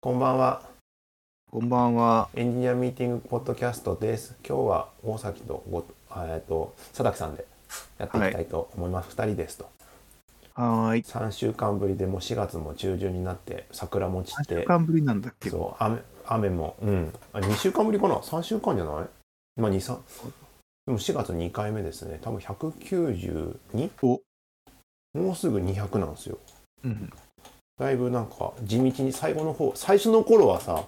こんばんは。こんばんは。エンジニアミーティングポッドキャストです。今日は大崎とご、えっと、佐竹さんでやっていきたいと思います。二、人ですと。はーい。三週間ぶりでもう4月も中旬になって、桜も散っ3週て、間ぶりなんだっけそう、雨、雨も、うん。あ、2週間ぶりかな ?3 週間じゃないまあ、2、3。でも4月2回目ですね。多分 192? おもうすぐ200なんですよ。うん。だいぶなんか地道に最後の方最初の頃はさ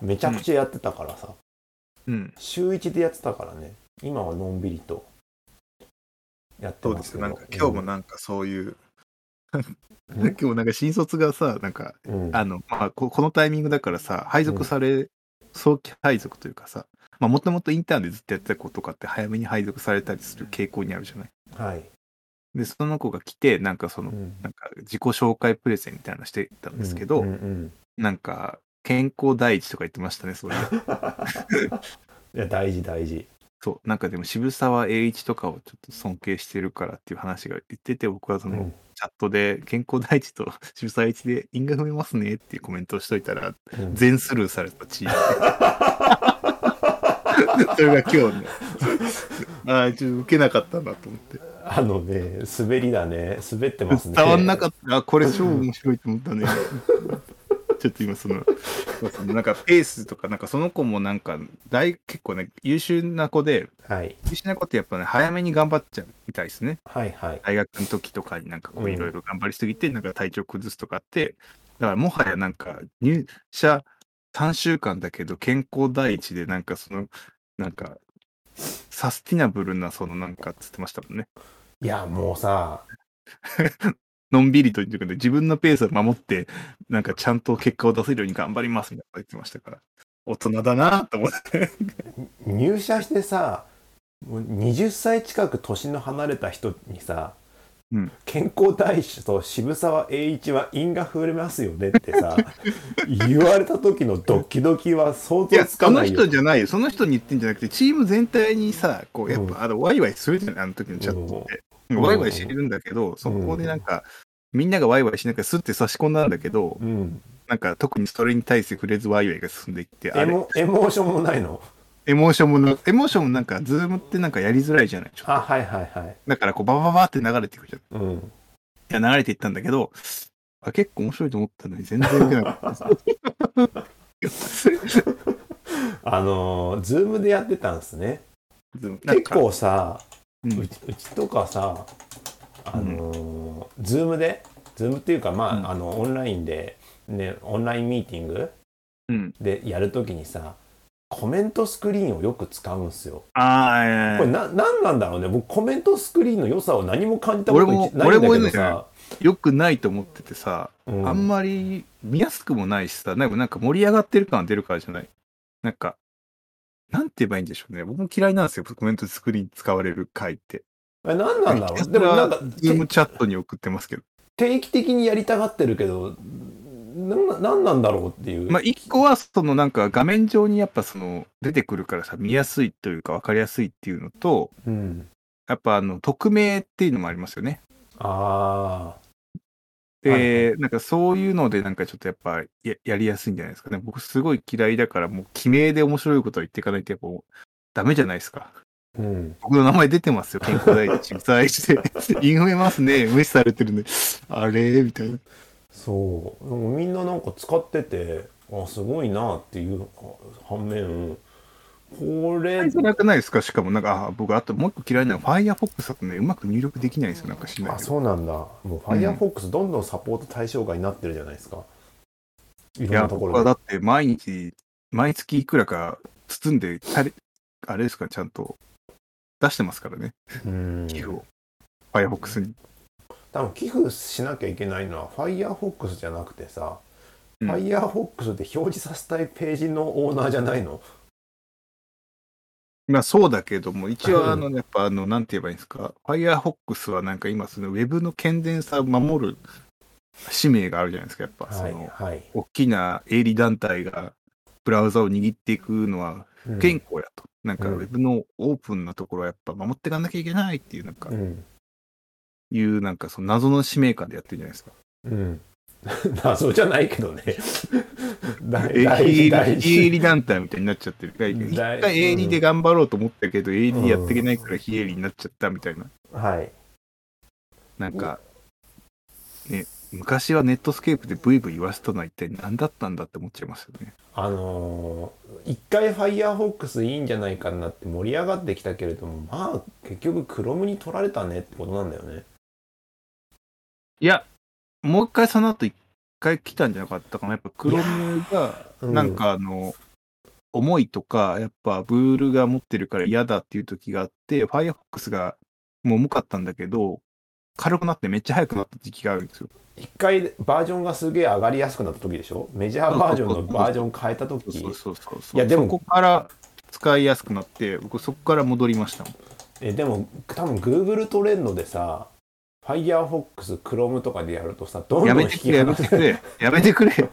めちゃくちゃやってたからさ、うん。週1でやってたからね今はのんびりとやってそうでますすけよどなんか今日もなんかそういう、うん 今日なんか新卒がさ、なんか、うん、うんあの、まあこ、このタイミングだからさ、配属され、早期配属というかさ、まあ、もともとインターンでずっとやってた子とかって早めに配属されたりする傾向にあるじゃない。はい、で、その子が来て、なんかその、うんなんか自己紹介プレゼンみたいなのしてたんですけど、うんうんなんか、健康第一とか言ってましたね、それ。いや大事大事そう、なんかでも渋沢栄一とかをちょっと尊敬してるからっていう話が言ってて、僕はその、うんチャットで健康第一と 渋沢栄一で因果踏めますねっていうコメントをしといたら、うん全スルーされた チーム。それが今日ね、ああ、ちょっと受けなかったなと思って。あのね滑りだね滑ってますね伝わんなかった。あ、これ超面白いと思ったね。 ちょっと今その、そのなんかペースとか、なんかその子もなんか大、結構ね、優秀な子で、はい優秀な子ってやっぱね、早めに頑張っちゃうみたいですね。はいはい大学の時とかになんかこううんいろいろ頑張りすぎてなんか体調崩すとかあって、だからもはやなんか入社3週間だけど健康第一でなんかそのなんかサスティナブルなそのなんかっつってましたもんね。いやもうさのんびりというかね自分のペースを守ってなんかちゃんと結果を出せるように頑張りますみたいなこと言ってましたから。大人だなと思って。入社してさもう20歳近く年の離れた人にさ、うん健康大使と渋沢栄一は因果触れますよねってさ 言われた時のドキドキは想い像や、つそかのないよ人じゃないよ。その人に言ってんじゃなくて、チーム全体にさ、こう、やっぱ、あの、ワイワイするじゃない、あの時のチャットって。んワイワイしてるんだけど、そこでなんか、みんながワイワイしながらスッて差し込んだんだけど、うん、なんか特にそれに対して触れずワイワイが進んでいって、あエれ、モエモーションもないのエモーションもな、エモーションもなんか、ズームってなんかやりづらいじゃない、ちょっとあはいはいはいだからこう、ババババって流れていくじゃん。いうん や、流れていったんだけど、あ、結構面白いと思ったのに全然受けなかった。 ズあのーズームでやってたんですねームなん結か、構さううんちうちとかさあのーズームでズームっていうかまあ,、うんあのオンラインでねオンラインミーティングうん。でやるときにさコメントスクリーンをよく使うんすよ。ああ、いやいやいこやれな何なんだろうね僕コメントスクリーンの良さを何も感じたこと俺も一ないんだけ俺もどねさ、よくないと思っててさ、うん、あんまり見やすくもないしさ、なんかなんか盛り上がってる感出るからじゃない。なんか、なんて言えばいいんでしょうね。僕も嫌いなんですよ、コメントスクリーン使われる回って。え何なんだろひたうすでもなんからズームチャットに送ってますけど。て定期的にやりたがってるけどな何なんだろうっていう、まあ、一個は、そのなんか画面上にやっぱその出てくるからさ、見やすいというか分かりやすいっていうのと、うん、やっぱあの、匿名っていうのもありますよね。あで、はいなんかそういうのでなんかちょっとやっぱややりやすいんじゃないですかね。僕すごい嫌いだからもう記名で面白いことは言っていかないとやっぱダメじゃないですか。あ、うん、僕の名前出てますよ。健康第一に対して。インフレますね。無視されてるね。あれみたいな。そうなんかみんななんか使っててあすごいなっていう反面これ少なくないですかしかもなんか、あ僕あともう一個嫌いなのは Firefox だとね、うまく入力できないんですよ。なんかしないあけどそうなんだもう Firefox どんどんサポート対象外になってるじゃないですか、いいろんや、なところ僕はでだって毎日、毎月いくらか包んで、たれあれですか、ちゃんと出してますからね。うん寄付を。Firefox に。多分寄付しなきゃいけないのは Firefox じゃなくてさ、うん Firefox で表示させたいページのオーナーじゃないのまあそうだけども、一うん応あの、やっぱあの、なんて言えばいいんですか、Firefox はなんか今、そのウェブの健全さを守る使命があるじゃないですか、やっぱ、そはいの、はい、大きな営利団体がブラウザを握っていくのはうん不健康やと。なんかうウんェブのオープンなところはやっぱ守っていかなきゃいけないっていう、なんか、うんいうなんかその 謎の使命感でやってるじゃないですか。 うん謎じゃないけどね大営大利営大事利団体みたいになっちゃってる。一大回営利で頑張ろうと思ったけど、営利やっていけないから非営利になっちゃったみたいな。はいなんか、ね、昔はネットスケープでブイブイ言わせたのは一体何だったんだって思っちゃいますよね。あのー一回ファイヤーフォックスいいんじゃないかなって盛り上がってきたけれどもまあ結局クロムに取られたねってことなんだよねいや、もう一回その後一回来たんじゃなかったかな。やっぱクロムが、うなんかあの、思いとか、やっぱブールが持ってるから嫌だっていう時があって、Firefox がもう重かったんだけど、軽くなってめっちゃ速くなった時期があるんですよ。一回バージョンがすげえ上がりやすくなった時でしょメジャーバージョンのバージョン変えた時そうそうそうそう。いやでもそこから使いやすくなって、僕そこから戻りましたもん。えでも多分 Google トレンドでさ Firefox、Chrome とかでやるとさどんどやんめ引てくきれ、や離めせてくれ、やめてくれ。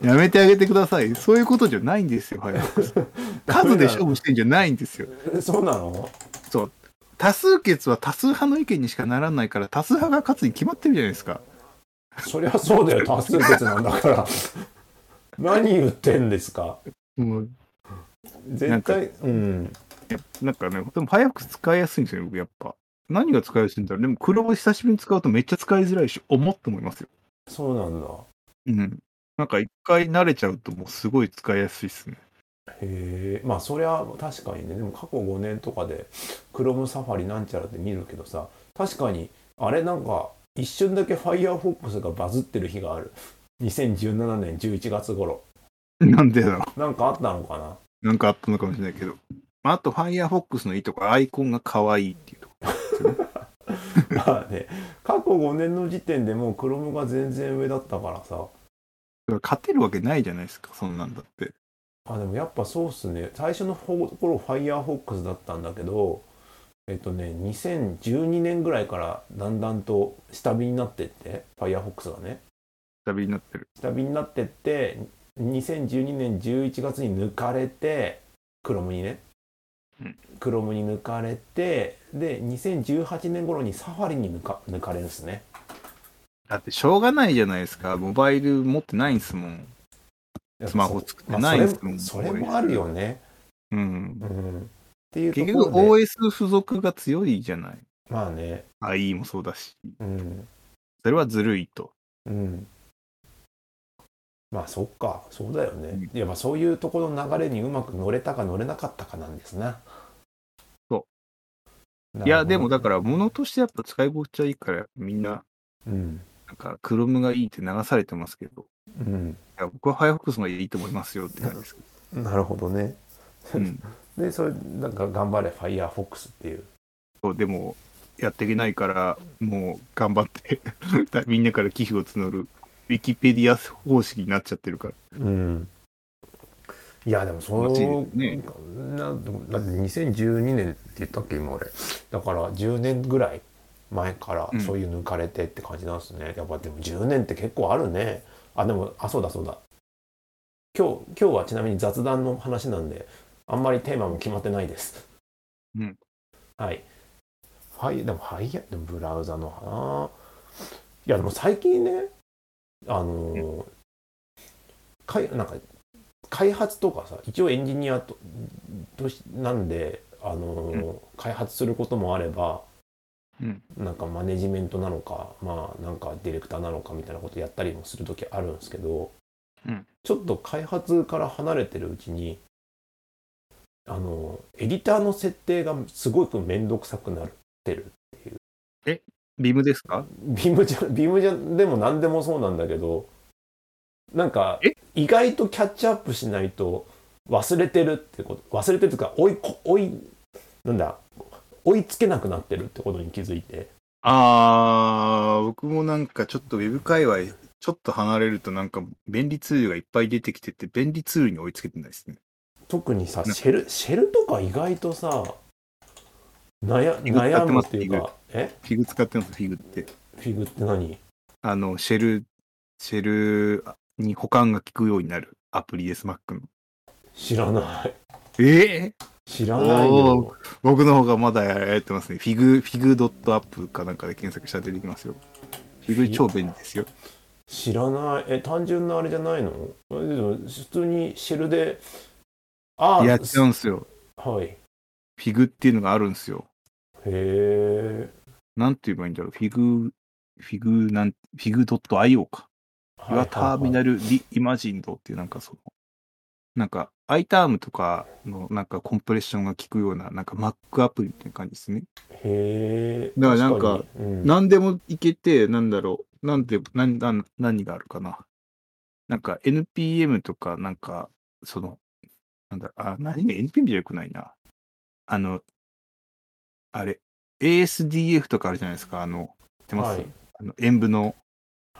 やめてあげてください。そういうことじゃないんですよ、Firefox 数で勝負してんじゃないんですよ。そうなのそう。多数決は多数派の意見にしかならないから、多数派が勝つに決まってるじゃないですか。そりゃそうだよ多数決なんだから 何言ってんですかもう絶対うんなんかね、でも早く使いやすいんですよ、僕やっぱ。何が使いやすいんだろう。でも、黒を久しぶりに使うとめっちゃ使いづらいし、重っと思いますよ。そうなんだうん。なんか一回慣れちゃうと、もうすごい使いやすいっすね。 へえまあそりゃ確かにねでも過去5年とかで Chrome サファリなんちゃらって見るけどさ確かにあれなんか一瞬だけ Firefox がバズってる日がある2017年11月頃なんでだろなんかあったのかなう。なんかあったのかもしれないけど。まあ、あと、Firefox のいいとこ、アイコンが可愛いっていうとこ。まあね過去5年の時点でもう Chrome が全然上だったからさだから勝てるわけないじゃないですか、そんなんだって。あでもやっぱそうっすね最初の頃 Firefox だったんだけどえっとね2012年ぐらいからだんだんと下火になってって Firefox がね旅になってる。下火になってって2012年11月に抜かれてクロムにね、うんクロムに抜かれてで2018年頃にサファリに抜か抜かれるんですねだって、しょうがないじゃないですか。モバイル持ってないんですもん。スマホ作ってないんですまあそれもうそれもあるよね、うんう。ん、っていうところ結で局 OS 付属が強いじゃない。まあね IE もそうだし、うんそれはずるいと。うんまあそっかそうだよね、うんいやまあそういうところの流れにうまく乗れたか乗れなかったかなんですなそういや、でもだから物としてやっぱ使い心地はいいから、みんな、らうんなんか Chrome がいいって流されてますけど、うんいや僕は Firefox がいいと思いますよって感じ です。なるほどね。うん。でそれなんか頑張れ Firefox っていう。そうでも、やっていけないから、もう頑張って、 みんなから寄付を募る、Wikipedia 方式になっちゃってるから。うん。いやでもそマジの、ねなんでもだって2012年って言ったっけ今俺。だから10年ぐらい前からうんそういう抜かれてって感じなんですね。やっぱでも10年って結構あるね。あでもあそうだそうだ。今日今日はちなみに雑談の話なんであんまりテーマも決まってないです。うん。はい。はい、でも、はい、でもブラウザのかないや、でも最近ね、あのーかいなんか、開発とかさ、一応エンジニアととしなんで、あのー開発することもあれば、うんなんかマネジメントなのか、まあ、なんかディレクターなのかみたいなことやったりもするときあるんですけど、うんちょっと開発から離れてるうちに、あのーエディターの設定がすごく面倒くさくなってるビームですかビームじゃビームじゃでも何でもそうなんだけどなんかえ意外とキャッチアップしないと忘れてるってこと忘れてるというか追いこ追いなんだ追いつけなくなってるってことに気づいてあー、僕もなんかちょっとウェブ界隈、ちょっと離れるとなんか便利ツールがいっぱい出てきてて、便利ツールに追いつけてないですね。特にさうんシェルシェルとか意外とさ悩意外と悩やってまむすっていうかえフィグ使ってます、フィグって。フィグって何あの、シェル、シェルに保管が効くようになるアプリです、Mac の。知らないええ知らないよ僕の方がまだやってますね。フィグ、フィグ .app かなんかで検索したら出てきますよ。フィグ超便利ですよ。知らないえ単純なあれじゃないのえでも普通にシェルでああやっちゃうんすよ。はいへフィグっていうのがあるんすよ。えなんて言えばいいんだろう。フィグ、フィグなん、フィグ .io か。はユアターミナルル・ディ・イマジンドっていうなんかその、なんか iTerm とかのなんかコンプレッションが効くようななんか Mac アプリみたいな感じですね。へえだからなんか確にうん何でもいけて、なんだろう、なんで、なんなん何があるかな。なんか NPM とかなんか、その、なんだろう、あ、何が NPM じゃよくないな。あの、あれ、ASDF とかあるじゃないですか、あの、知ってます、はいあの演舞の。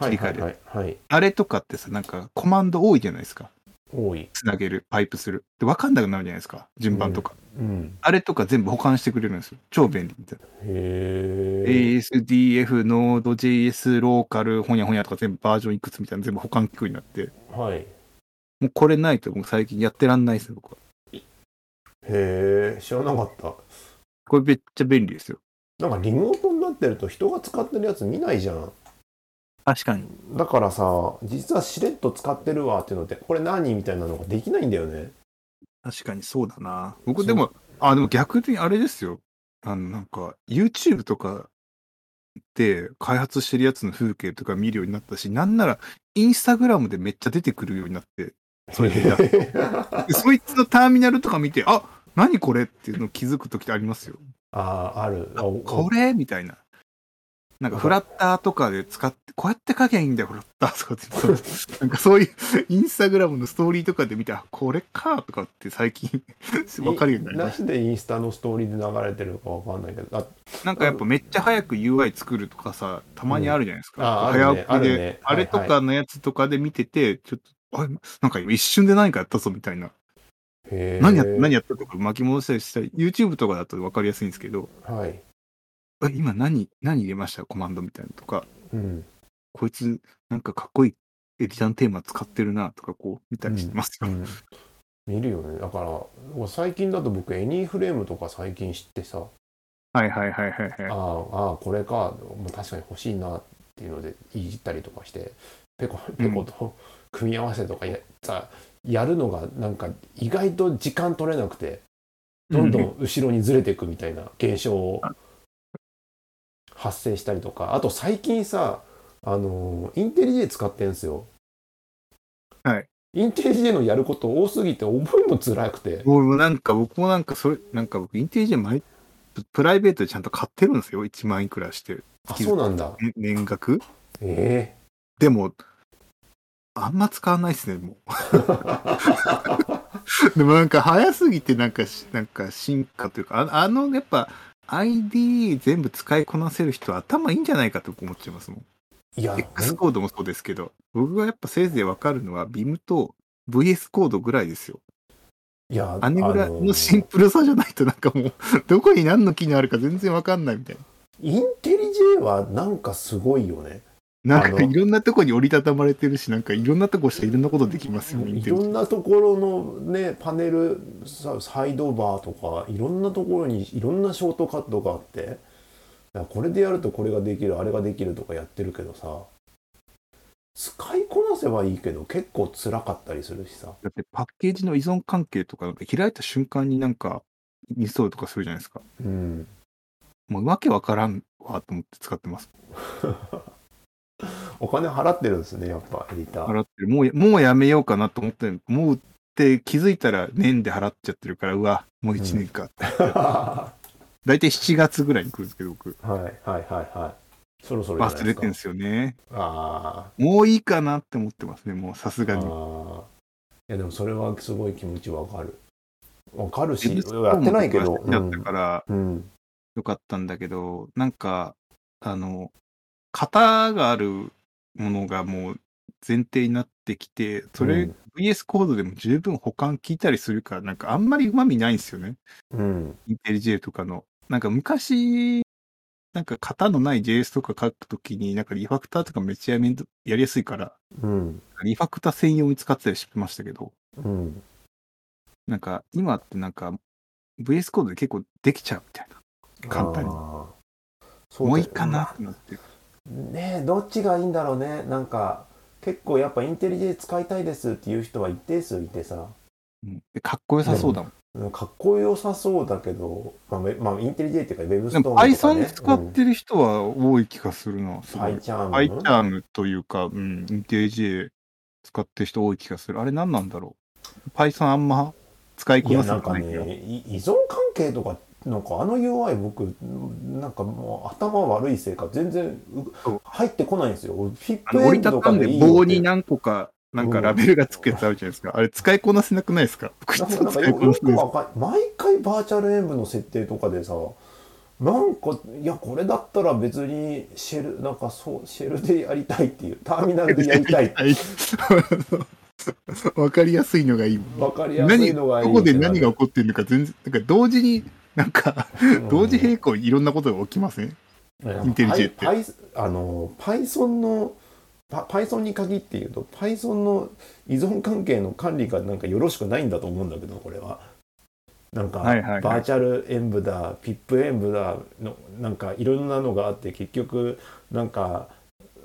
はいは切いりは替い、はい、あれとかってさ、なんかコマンド多いじゃないですか。多いつなげる、パイプする。で、分かんなくなるじゃないですか、順番とか。うんあれとか全部保管してくれるんですよ。超便利みたいな。へえ ASDF、Node.js、ローカル、ほにゃほにゃとか全部バージョンいくつみたいなの全部保管機くようになって、はいへもうこれないと僕最近やってらんないですよ、僕は。え知らなかったこれめっちゃ便利ですよ。なんかリモートになってると人が使ってるやつ見ないじゃん確かに。だからさ実はしれっと使ってるわっていうのってこれ何みたいなのができないんだよ ね確かにそうだな。僕でも、あ、でも逆にあれですよ。あの、なんか、YouTube とかで開発してるやつの風景とか見るようになったし、なんなら、インスタグラムでめっちゃ出てくるようになって、それでやっでそいつのターミナルとか見て、あ何これっていうの気づくときってありますよ。あああるあおこれみたいな。なんかフラッターとかで使って、こうやって書けばいいんだよ、フラッターとかってそう。 なんかそういうインスタグラムのストーリーとかで見て、あこれかとかって最近 わかるようになりまなししでインスタのストーリーで流れてるのかわかんないけどあた。なんかやっぱめっちゃ早く UI 作るとかさ、たまにあるじゃないですか。うんあある早送ねりでああるねはいれとかのやつとかで見てて、ちょっと、あれなんか今一瞬で何かやったぞみたいな。へえ何や何やったとか巻き戻したりしたり、YouTube とかだと分かりやすいんですけど、はいえ今何、何入れましたコマンドみたいなのとか、うんこいつなんかかっこいいエディターのテーマ使ってるなとかこう見たりしてますうよ。ん見るよねだから最近だと僕エニーフレームとか最近知ってさ はいはいはいはいあはい。あああこれかもう確かに欲しいなっていうのでいじったりとかしてペコペコと組み合わせとかや,、さやるのがなんか意外と時間取れなくてどんどん後ろにずれていくみたいな現象を発生したりとかあと最近さあのインテリジェ使ってんすよはいインテリジェのやること多すぎて覚えも辛くてもうなんか僕もなんかそれ、なんか僕インテリジェン毎プライベートでちゃんと買ってるんですよ。1万いくらして。あそうなんだね年額えでも、あんま使わないですね、も う。でもなんか早すぎてなんかし、なんか進化というか、ああの、やっぱ ID 全部使いこなせる人は頭いいんじゃないかと思っちゃいますもん。えいや X コードもそうですけど、僕がやっぱせいぜいわかるのは BIM と VS コードぐらいですよ。いやあれぐらあいのシンプルさじゃないとなんかも う、どこに何の機能あるか全然わかんないみたいインテリジェはなんかすごいよね。な。なあんのかいろんなとこに折りたたまれてるし、なんかいろんなとこしていろんなことできますよ、見いてろる。んなところのねパネルさサイドバーとかいろんなところにいろんなショートカットがあっていやこれでやるとこれができるあれができるとかやってるけどさ使いこなせばいいけど結構辛かったりするしさだってパッケージの依存関係とか、なんか開いた瞬間になんかインストールとかするじゃないですか。うんもうわけわからんわと思って使ってます。お金払ってるんですねやっぱエディター払ってる。もうや、もうやめようかなと思って、もうって気づいたら年で払っちゃってるから、うわ、もう1年か。 は大体7月ぐらいに来るんですけど、僕。いはいはいはいそろそろじゃな忘いでれてるんですかすよね。あもういいかなって思ってますね、もうさすーがあに。ーいやでもそれはすごい気持ちわかるわかるし自分のやってないけど好きだったから、うんよかったんだけど、なんか、あの、型があるものがもう前提になってきて、それ、うん VS コードでも十分保管効いたりするから、なんかあんまりうまみないんですよね。うん、インテリ J とかの。なんか昔、なんか型のない JS とか書くときに、なんかリファクターとかめっちゃめんどやりやすいから、うん、リファクター専用に使ってたりしてましたけど、うん。なんか今ってなんか VS コードで結構できちゃうみたいな。簡単にあー。そもうだいいかなってなってる。ねえ、どっちがいいんだろうね。なんか、結構やっぱインテリで使いたいですっていう人は一定数いてさ、うんでかっこよさそうだもん。うんかっこよさそうだけど、まあ、ウェまあ、インテリジェっていうかウェブスでトーンともか、ね、 Python 使ってる人は多い気がするな。すうん、ごパいイチャームアイチャームというか、うん、インテリジェ使ってる人多い気がする。あれ何なんだろう ?Python あんま使いこいやなせなんてかないけど。ねい依存関係とかなんかあの UI 僕なんかもう頭悪いせいか全然う入ってこないんですよ俺フィッあプのエ折ンりドたとたかんででいいよ棒ってに何個か、なんかラベルがつくやつあるじゃないですか。あれ使いこなせなくないですか僕ちょなんっかなとんか使いよこなせくないです。わかん毎回バーチャル演舞の設定とかでさなんかいやこれだったら別にシェルなんかそうシェルでやりたいっていうターミナルでやりたいはい わかりやすいのがいいもん。わかりやす 何いのがいいどこで何が起こってるのか全然、なんか同時に、なんか、同時並行にいろんなことが起きませんインテリジェってパイパイあの Python のパ Python に限って言うと Python の依存関係の管理がなんかよろしくないんだと思うんだけどこれはなんか、はいはいはいバーチャル演舞だピップ演舞だのなんかいろんなのがあって結局なんか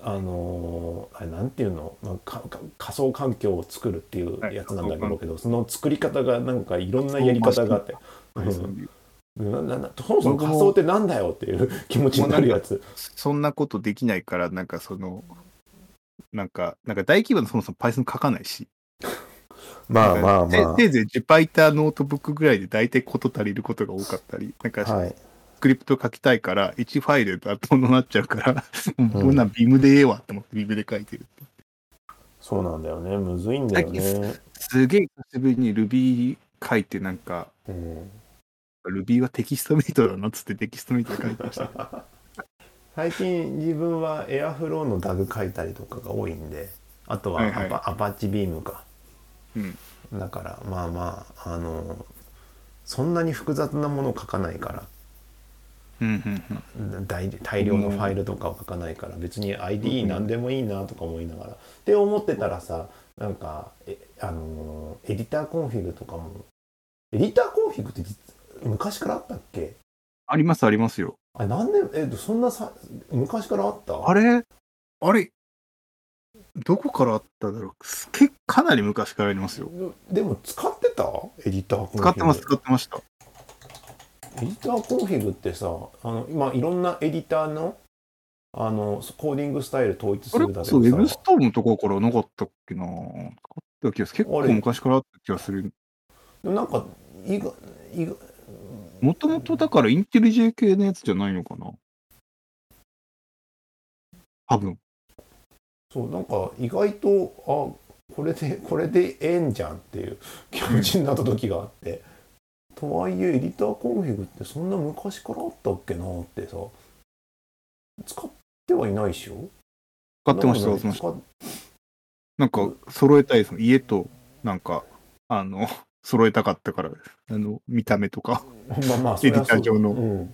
あのーあれなんていうの、まあ、かか仮想環境を作るっていうやつなんだろうけど、その作り方がなんかいろんなやり方があって、うんなななそもそも仮想ってなんだよっていう気持ちになるやつそんなことできないから、なんかその、なんか、なんか大規模のそもそも Python 書かないし、まあまあまなんかせせいぜい Jupyter ノートブックぐらいで大体こと足りることが多かったり、なんかあ。はい。スクリプト書きたいから、1ファイルだとなっちゃうから、もうこんなんビームでええわって思ってビームで書いてる。そうなんだよね。むずいんだよね。すげえ久しぶりに Ruby 書いて、なんか、うん、 Ruby はテキストメイトだなっつって テキストメイトで書いてました。最近自分はエアフローのダグ書いたりとかが多いんで、あとはアはいパ,、はいアパッチビームか。うんだからまあまああのそんなに複雑なものを書かないから。うんうんうん大大量のファイルとかを書かないから別に IDE 何でもいいなとか思いながら、って思ってたらさなんかえあのーエディターコンフィグとかもエディターコンフィグって実昔からあったっけありますありますよ。あ何年えそんなさ昔からあったあれあれどこからあっただろうすけかなり昔からありますよ。でも使ってたエディターコンフィグ使ってます、使ってました。エディターコンフィグってさあの今いろんなエディターのあのコーディングスタイル統一すそれるこだけそ、ウェブでスさトームのところからなかったっけな使った気がする。結構昔からあった気がする。でもなんか意外意外もともとだからインテリジェ系のやつじゃないのかな多分。そうなんか意外とあこれでこれでええんじゃんっていう気持ちになった時があって、とはいえエディターコンフィグってそんな昔からあったっけなってさ使ってはいないでしょ使ってました、使なっんてかまねした。使っなんか、揃えたいです。家と、なんか、あの、 揃えたかったから、あの、見た目とか。まあまあそエりデゃィタそうー上の。うん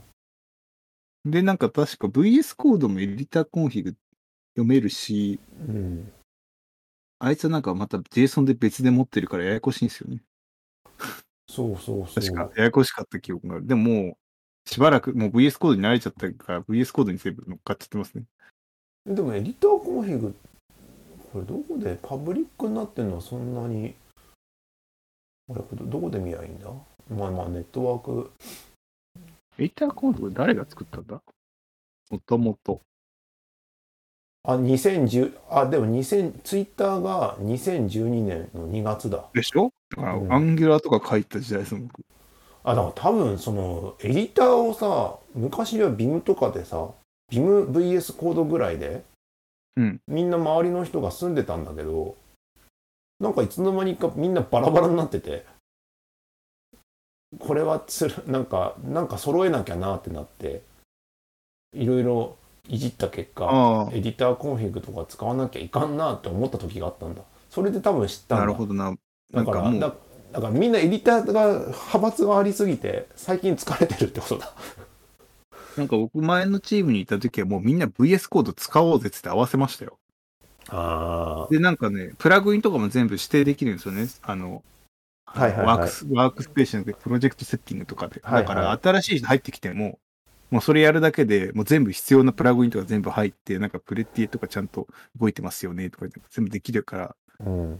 で、なんか確か VS コードもエディターコンフィグ読めるし、うん、あいつはなんかまた JSON で別で持ってるからややこしいんですよね。そうそうそう確か、ややこしかった記憶がある。でももう、しばらく、もう VS コードに慣れちゃったから、VS コードに全部乗っかっちゃってますね。でもエディターコンフィグこれどこでパブリックになってるのはそんなにこれどどこで見りゃいいんだまあまあネットワークエディターコード誰が作ったんだもともと。あ、2010、あ、でも2000、ツイッターが2012年の2月だ。でしょだから、うんアンギュラーとか書いた時代ですもん。僕あ、だから多分その、エディターをさ、昔は Vim とかでさ、VimVS コードぐらいで、うんみんな周りの人が住んでたんだけど、なんかいつの間にかみんなバラバラになってて、これはつる、なんか、なんか揃えなきゃなってなって、いろいろいじった結果、あエディターコンフィグとか使わなきゃいかんなって思った時があったんだそれで多分知っあ、たんだなるほどな。なだんかからもう、だだからみんなエディターが派閥がありすぎて最近疲れてるってことだなんか僕前のチームにいた時はもうみんな VS コード使おうぜっつって合わせましたよ。あで、なんかね、プラグインとかも全部指定できるんですよね。あの、はいはいはいワークスワークスペーションでプロジェクトセッティングとかで。はいはだいから、新しい人入ってきても、もうそれやるだけで、もう全部必要なプラグインとか全部入って、なんかプレティエとかちゃんと動いてますよねとか全部できるから、うん、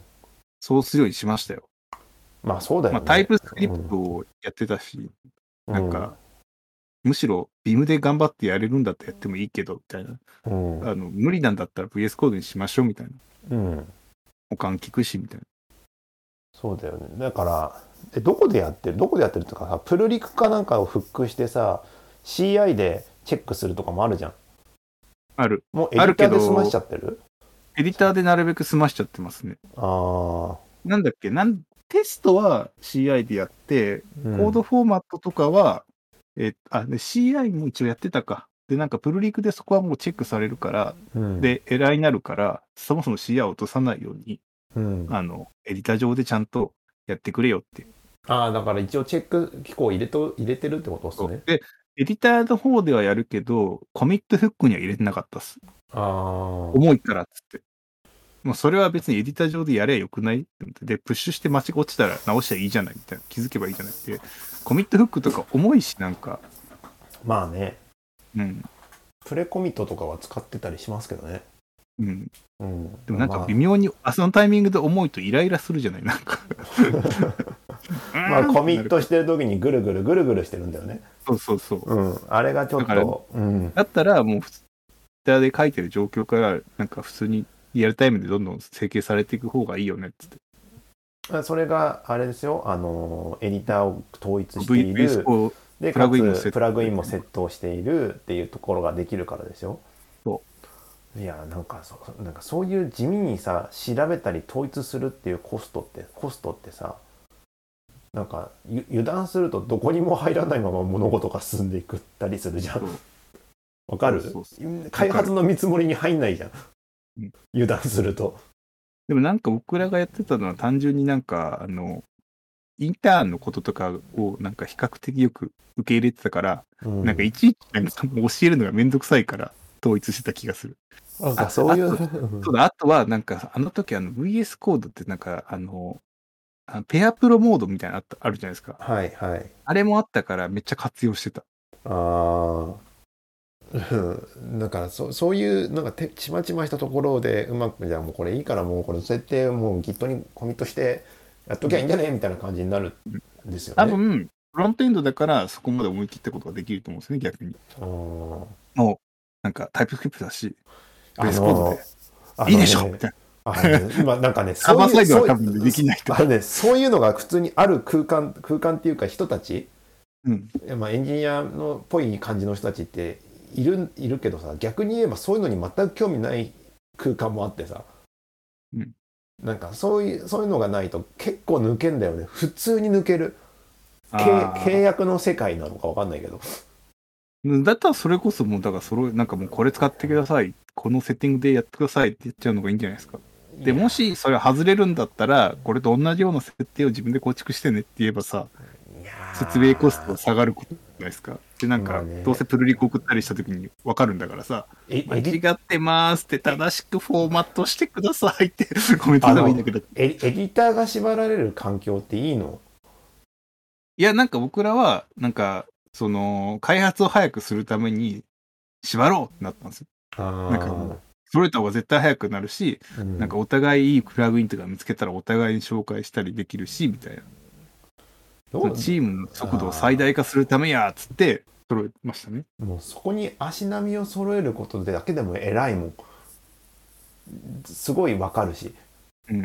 そうするようにしましたよ。まあそうだよまね、あ、タイプスクリプトをやってたし、なんか、むしろビームで頑張ってやれるんだったらやってもいいけど、みたいな。うん、うんあの、無理なんだったら VS コードにしましょう、みたいな。うん、他に聞くし、みたいな。そうだよねだからえどこでやってるどこでやってるとかさプルリクかなんかをフックしてさ CI でチェックするとかもあるじゃんある。もうエディタあーるけでど済ましちゃってるエディターでなるべく済ましちゃってますね。ああ、なんだっけなんテストは CI でやって、うんコードフォーマットとかは、えっとあ、で CI も一応やってたか。で、なんかプルリクでそこはもうチェックされるから、うん、で、エラーになるから、そもそも CI を落とさないように、うん、あの、エディター上でちゃんとやってくれよって。ああだから一応チェック機構を入れと入れてるってことですねで、エディターの方ではやるけど、コミットフックには入れてなかったっす。あ重いからっつって。もうそれは別にエディター上でやればよくないで、プッシュして間違落ちたら直したらいいじゃないみたいな。気づけばいいじゃないって。コミットフックとか重いし、なんか、あまあねうん。プレコミットとかは使ってたりしますけどねうん。うんでもなんか微妙、妙に、あ、そのタイミングで重いとイライラするじゃないなんか。 まあ、うーんコミッ。トしてる時にぐるぐるぐるぐるしてるんだよねそうそうそう。うんあれがちょっだからとうんだったらもう普通、エディターで書いてる状況から、なんか普通にリアルタイムでどんどん整形されていく方がいいよねっつって。それがあれですよあのエディターを統一してい V- VS るコーでかプラグインもセッつトプラグインもセットしているっていうところができるからでしょそうやなんかそうなんかそういう地味にさ調べたり統一するっていうコストってコストってさなんかゆ油断するとどこにも入らないまま物事が進んでいくったりするじゃそうんわかるそうそ開発の見積もりに入んないじゃんうん油断するとでもなんか僕らがやってたのは単純になんかあのインターンのこととかをなんか比較的よく受け入れてたから、うんなんかいちいちなんか教えるのがめんどくさいから統一してた気がする。なんかそういうあそうだあとはなんかあの時あの VS コードってなんかあのあペアプロモードみたいなのあったあるじゃないですか。はいはいあれもあったからめっちゃ活用してた。 ああ、うん、だからそそういうなんかてちまちましたところでうまくじゃあもうこれいいからもうこれ設定もう Git にコミットしてやっときゃいいんじゃねみたいな感じになるんですよ多ね。分フロントエンドだからそこまで思い切ったことができると思うんですよね逆に。うんもうなんかタイプスクリプトだし、あ VS コードのであのいいでしょみねたいな。あのね今なんかねサーバーサイドは多そうい分うできないとあ。のねそういうのが普通にある空間空間っていうか人たちうんまあ、エンジニアのっぽい感じの人たちっているいるけどさ逆に言えばそういうのに全く興味ない空間もあってさ、うんなんかそういうそういうのがないと結構抜けんだよね普通に抜けるけあー契約の世界なのか分かんないけどうんだったらそれこそもうだからそれなんかもうこれ使ってくださいこのセッティングでやってくださいって言っちゃうのがいいんじゃないですかでもしそれ外れるんだったらこれと同じような設定を自分で構築してねって言えばさいやー説明コスト下がることじゃないですかでなんまあかねどうせプルリク送ったりした時に分かるんだからさえ「間エディ違ってます」って正しくフォーマットしてくださいってコメントすればいいんだけどエディエディターが縛られる環境っていいのいや、なんか僕らは、なんか、その、開発を早くするために、縛ろうってなったんですよ。ななんかもう揃えた方が絶対早くなるし、うん、なんかお互いいいプラグインとか見つけたらお互いに紹介したりできるし、みたいな。どそうのチームの速度を最大化するためや、つって、揃えましたね。もうそこに足並みを揃えることでだけでも偉いもんすごいわかるし、うん。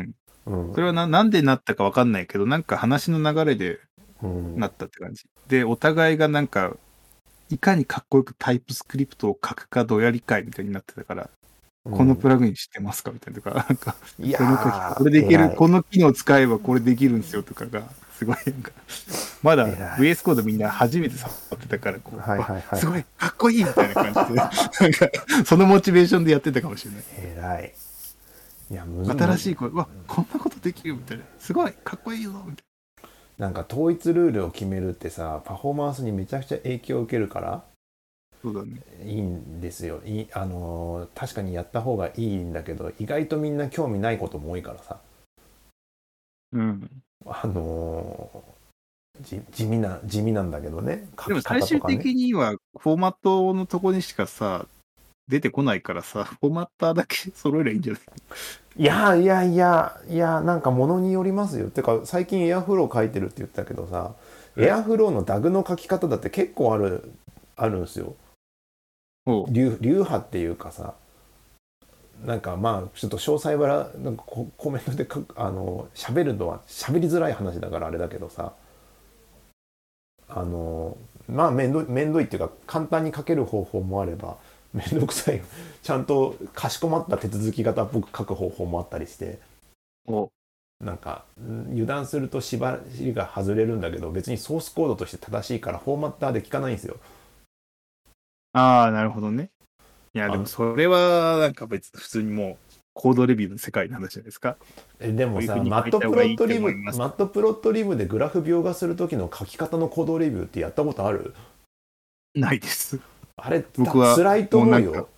うんそれはな、なんでなったかわかんないけど、なんか話の流れでうんなったって感じ。で、お互いがなんか、いかにかっこよくタイプスクリプトを書くかどやりかいみたいになってたから、このプラグイン知ってますかみたいなとか、なんか、いやこのーこれでき偉る、いこの機能使えばこれできるんですよとかが、すごいなんか、まだ偉い VS コードみんな初めて触ってたから、こう、はいはいはいあすごい、かっこいいみたいな感じで、なんか、そのモチベーションでやってたかもしれない。偉いいやむ新しいい声、うわ、こんなことできるみたいな、すごい、かっこいいぞみたいなんか統一ルールを決めるってさパフォーマンスにめちゃくちゃ影響を受けるからな。そうだね。いいんですよいいあのー確かにやった方がいいんだけど意外とみんな興味ないことも多いからさうん。あの地地味な地味なんだけどね書でもき最方終とかね的にはフォーマットのとこにしかさ、出てこないからさ、フォーマッターだけ揃えればいいんじゃないいやいやいやいやなんかものによりますよてか最近エアフロー書いてるって言ったけどさエアフローのダグの書き方だって結構あるあるんですよほ流流派っていうかさなんかまあちょっと詳細はなんかココメントで書くあの喋るのは喋りづらい話だからあれだけどさあのまあ面倒面倒いっていうか簡単に書ける方法もあれば面倒くさいちゃんとかしこまった手続き型っぽく書く方法もあったりしてう。ほなんかん油断すると縛りが外れるんだけど別にソースコードとして正しいからフォーマッターで効かないんですよ。うああ、なるほどね。いや、あでもそれはなんか別、普通にもう、コードレビューの世界の話じゃないですか。えでもこうさいうふうにマットプロットリ書いた方がいいって思ブいますマットプロットリブでグラフ描画する時の書き方のコードレビューってやったことあるない です。あれ僕は辛いと思うもうなんよ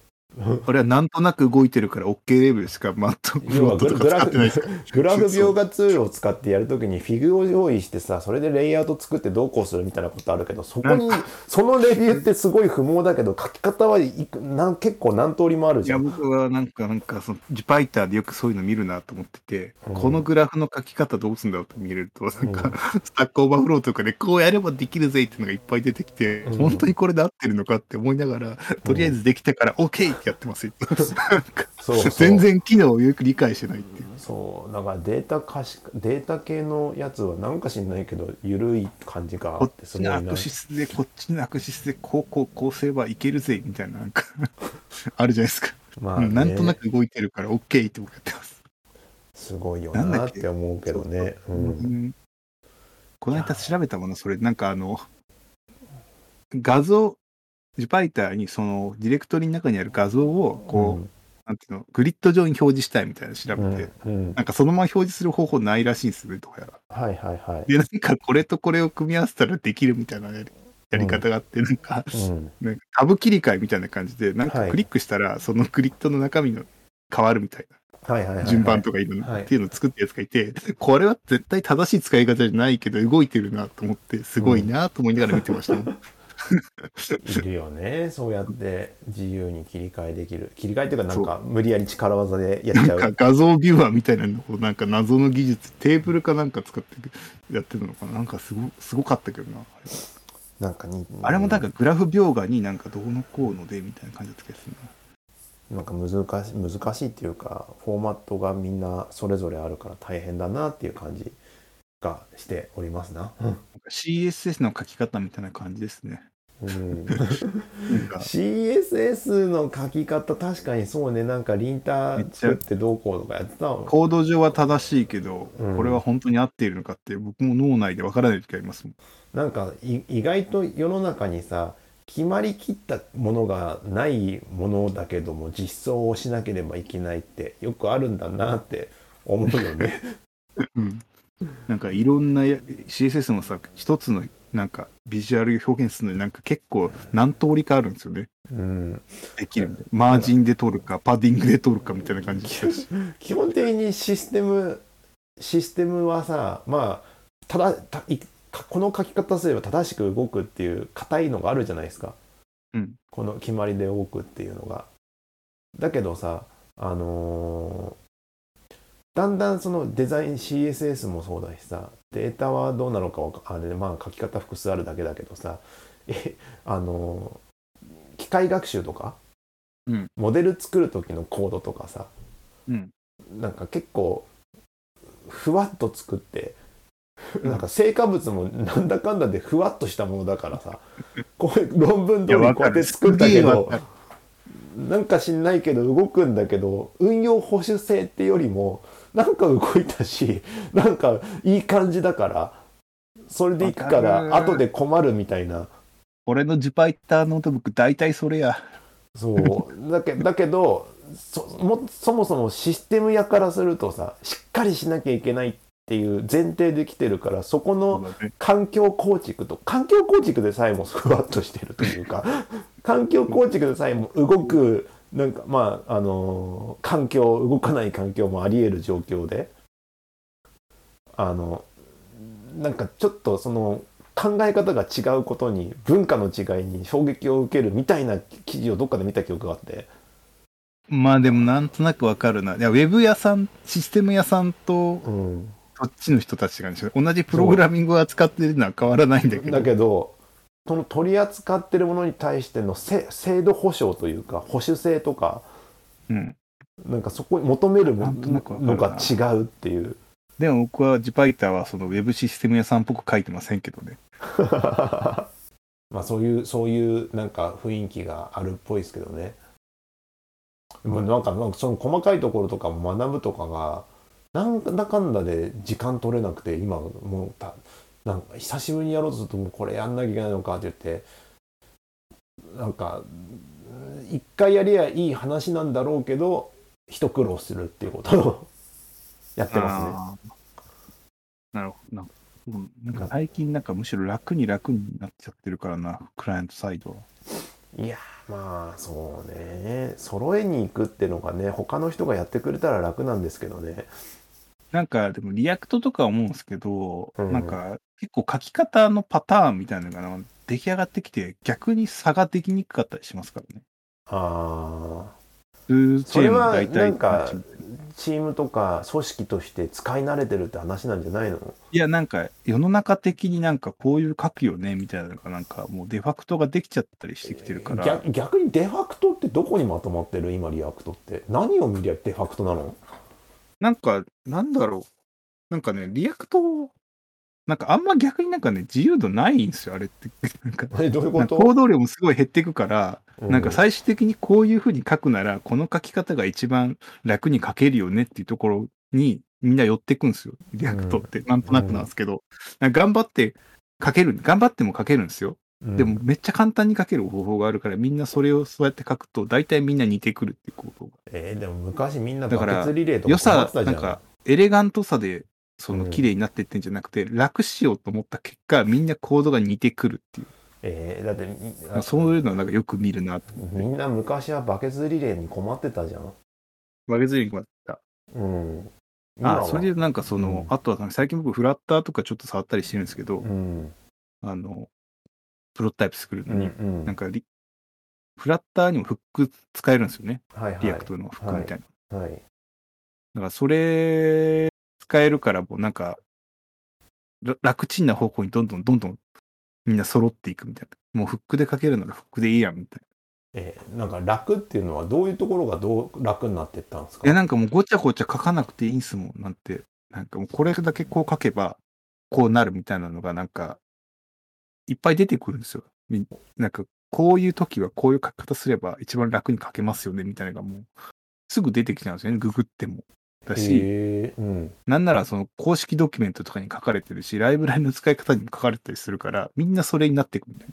これはなんとなく動いてるから OK レビューしかマットプ要ロはットグとかラ使フってないです。グラフ描画ツールを使ってやるときにフィグを用意してさそれでレイアウト作ってどうこうするみたいなことあるけどそこにそのレビューってすごい不毛だけど書き方はいくなん結構何通りもあるいじゃやん僕はなんかなんかそのジュパイターでよくそういうの見るなと思ってて、うんこのグラフの書き方どうするんだろうと見れるとなんか、スタックオーバーフローとかでこうやればできるぜっていうのがいっぱい出てきて、うん本当にこれで合ってるのかって思いながら、とりあえずできたから OK ってやってますよなんかそうそう 全然機能をよく理解してないっていうそうだからデータ可視化データ系のやつはなんか知んないけど緩い感じがあこっってすちごいのなアクシスでこっちのアクシスでこうこうこうすればいけるぜみたいな なんかあるじゃないですか、まあうねんなんとなく動いてるから OK って僕やってますすごいよなんだなっっけて思うけどねううんんこの間調べたもの、それ、なんかあの、画像、ジュパイターにそのディレクトリの中にある画像を、こう、なんていうの、グリッド上に表示したいみたいなの調べて、うんうんなんかそのまま表示する方法ないらしいんですよね、どうやら。はいはいはいで、なんかこれとこれを組み合わせたらできるみたいなやりやり方があって、なんか、うんなんかタブ切り替えみたいな感じで、なんかはいクリックしたら、そのグリッドの中身の変わるみたいな。はいはいはいはい順番とかいろいろはいっていうのを作ったやつがいて、これは絶対正しい使い方じゃないけど動いてるなと思って、すごいなと思いながら見てましたね、いるよねそうやって自由に切り替えできる切り替えっていうかなんか無理やり力技でやっちゃなんう か画像ビューアーみたいなのをなんか謎の技術、テーブルかなんか使ってやってるのかななんかすごすごかったけどな。なんかにあれもなんかグラフ描画になんかどうのこうのでみたいな感じだった気がするな。なんか難しい難しいっていうかフォーマットがみんなそれぞれあるから大変だなっていう感じがしておりますな。なんか CSS の書き方みたいな感じですね。うん、なんか CSS の書き方確かにそうねなんかリンター作ってどうこうとかやってたもコード上は正しいけど、うんこれは本当に合っているのかって僕も脳内でわからない時ありますもん。んなんかい意外と世の中にさ決まりきったものがないものだけども実装をしなければいけないってよくあるんだなって思うよね。うんなんかいろんなや CSS もさ一つのなんかビジュアル表現するのになんか結構何通りかあるんですよねうん、できるみたいなマージンで取るかパディングで取るかみたいな感じだし基本的にシステムシステムはさまあただたいかこの書き方すれば正しく動くっていう硬いのがあるじゃないですか、うんこの決まりで動くっていうのが。だけどさあのーだんだんそのデザイン CSS もそうだしさデータはどうなのかわかあれまあ書き方複数あるだけだけどさ えあのー機械学習とか、うんモデル作る時のコードとかさうんなんか結構ふわっと作ってうんなんか成果物もなんだかんだでふわっとしたものだからさこういう論文い通りこうやって作ったけどすげえわかなんか知んないけど動くんだけど運用保守性ってよりもなんか動いたしなんかいい感じだからそれでいくからわかる後で困るみたいな俺のジュパイターノートブック大体それやそうだけ だけどそもそもそもシステム屋からするとさしっかりしなきゃいけないっていう前提できてるからそこの環境構築と環境構築でさえもふわっとしてるという か環境構築でさえも動くなんかまああのー環境動かない環境もあり得る状況であのなんかちょっとその考え方が違うことに文化の違いに衝撃を受けるみたいな記事をどっかで見た記憶があってまあでもなんとなくわかるな。いや、ウェブ屋さん、システム屋さんと、うんそっちの人たちがね、同じプログラミングを扱ってるのは変わらないんだけど。だけどその取り扱ってるものに対してのせ制度保障というか保守性とかうん。なんかそこに求めるなもんとなくわかるのなが違うっていう でも僕はジパイターはそのウェブシステム屋さんっぽく書いてませんけどね。まあそういうそういうなんか雰囲気があるっぽいですけどねでもなんかなんかその細かいところとかも学ぶとかがなんだかんだで時間取れなくて今もうたなんか久しぶりにやろうとするともうこれやんなきゃいけないのかって言ってなんかうん一回やりゃいい話なんだろうけど一苦労するっていうことを やってますね。あーなるほど。なんかうんなんか最近なんかむしろ楽に楽になっちゃってるからな、クライアントサイドは。いやーまあそうね揃えに行くってのがね他の人がやってくれたら楽なんですけどねなんかでもリアクトとか思うんですけど、うんなんか結構書き方のパターンみたいなのがな出来上がってきて逆に差ができにくかったりしますからね。あ普通チそェれーンは大体なんかチームとか組織として使い慣れてるって話なんじゃないのいやなんか世の中的になんかこういう書くよねみたいなのがなんかもうデファクトができちゃったりしてきてるから、逆逆にデファクトってどこにまとまってる今リアクトって何を見りゃデファクトな のなんかなんだろうなんかねリアクトなんかあんま逆になんかね自由度ないんですよあれって。 なんかえどういうこなんかと行動量もすごい減っていくから、うんなんか最終的にこういうふうに書くなら、この書き方が一番楽に書けるよねっていうところに、みんな寄ってくんですよ。リアクトって、なんとなくなんですけど。なんか頑張って書ける、頑張っても書けるんですよ。でも、めっちゃ簡単に書ける方法があるから、みんなそれをそうやって書くと、大体みんな似てくるっていうことが。えーでも昔みんなだバからケツリレーと良か困っさて、たじなゃんんか、エレガントさで、そのうん綺麗になっていってんじゃなくて、楽しようと思った結果、みんなコードが似てくるっていう。えーだってみあそういうのはなんかよく見るなと思ってみんな昔はバケツリレーに困ってたじゃんバケツリングはった。うん今あ、はそれでなんかその、うんあとはなんか最近僕フラッターとかちょっと触ったりしてるんですけど、うんあの、プロトタイプ作るのに、うんなんかリ、フラッターにもフック使えるんですよね。はいはいリアクトのフックみたいな。はいだからそれ使えるからもうなんか、ら楽ちんな方向にどんどんどんどんみんな揃っていくみたいな。もうフックで書けるならフックでいいやんみたいえーなんか楽っていうのはどういうところがどう楽になってったんですかな。いやなんかもうごちゃごちゃ書かなくていいんすもんなんて。なんかもうこれだけこう書けばこうなるみたいなのがなんかいっぱい出てくるんですよ。みなんかこういう時はこういう書き方すれば一番楽に書けますよねみたいなのがもうすぐ出てきちゃうんですよね。ググっても。だし、へーうんなんならその公式ドキュメントとかに書かれてるし、ライブラリの使い方にも書かれてたりするから、みんなそれになってくるんだよ。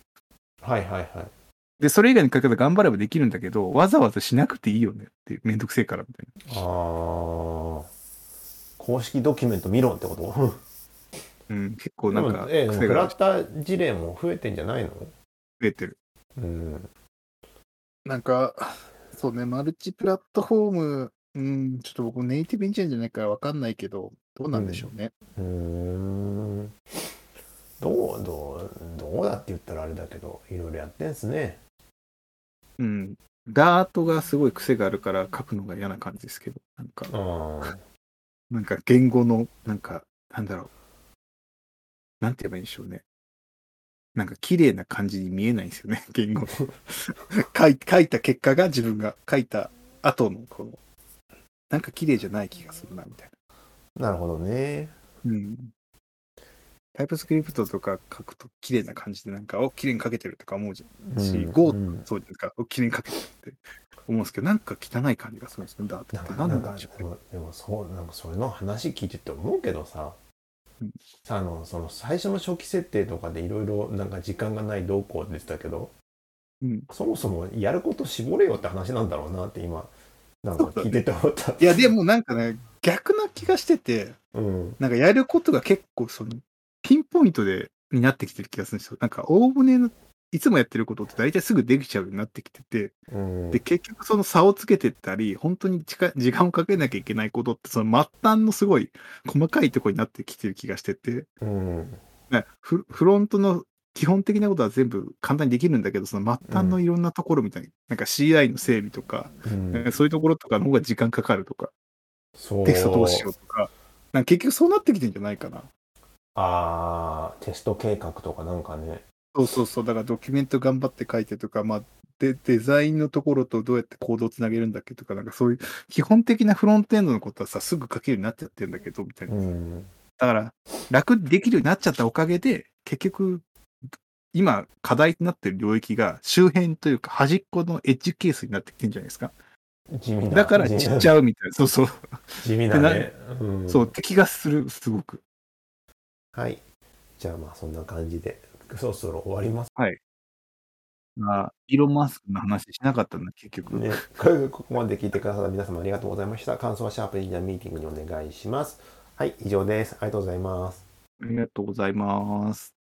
はいはいはいで、それ以外の書き方頑張ればできるんだけど、わざわざしなくていいよねっていう、めんどくせえからみたいな。あー公式ドキュメント見ろってことうん、結構で なんかも、えー、でも癖フがあラるッター事例も増えてんじゃないの増えてる。うんなんか、そうね、マルチプラットフォーム、うん、ちょっと僕ネイティブエンジニアじゃないからわかんないけど、どうなんでしょうね。うーんどうどうどうだって言ったらあれだけどいろいろやってんすねうん。ダートがすごい癖があるから書くのが嫌な感じですけど、なんか、あ なんか言語の、なんか、なんだろう。なんて言えばいいんでしょうね。なんか綺麗な感じに見えないんですよね、 言語の。書い書いた結果が自分が書いた後の、この、なんか綺麗じゃない気がするな、みたいーな。なるほどねうんタイプスクリプトとか書くと綺麗な感じでなんか、お、綺麗に書けてるとか思うじゃん。しゴーうんそうじゃんか、お、綺麗に書けてるって思うんですけど、なんか汚い感じがするんですよ。だってなんかななんんかでしょでうね。もでもそうなんかそれの話聞いてて思うけどさ、うんあのその最初の初期設定とかでいろいろなんか時間がないどうこう出てたけどうん。そもそもやること絞れよって話なんだろうなって今なんか聞いてて思った。 いや、でもなんかね、逆な気がしてて、うんなんかやることが結構その、ピンポイントで、になってきてる気がするんですよ。なんか、おおむねのいつもやってることって大体すぐできちゃうようになってきてて、うんで、結局その差をつけてったり、本当に近い時間をかけなきゃいけないことって、その末端のすごい細かいとこになってきてる気がしてて、うんねフフロントの基本的なことは全部簡単にできるんだけど、その末端のいろんなところみたいな、なんか CI の整備とか、うん、そういうところとかの方が時間かかるとか、そうテキストどうしようとか、なんか結局そうなってきてんじゃないかな。ああテスト計画とかなんかねそうそうそう、だからドキュメント頑張って書いてとか、まあ、でデザインのところとどうやってコードをつなげるんだっけとか、なんかそういう基本的なフロントエンドのことはさ、すぐ書けるようになっちゃってるんだけど、みたいな。うんだから、楽にできるようになっちゃったおかげで、結局、今、課題になってる領域が周辺というか端っこのエッジケースになってきてるんじゃないですか。地味なだから地ち味なっちゃうみたいな。そうそう。地味なね、うんそう、って気がする、すごく。はいじゃあまあそんな感じでそろそろ終わりますまあ、イーロン・マスクの話しなかったんだ、結局。ね、ここまで聞いてくださった皆様ありがとうございました。感想はシャープリーダーミーティングにお願いします。はい、以上です。ありがとうございます。ありがとうございます。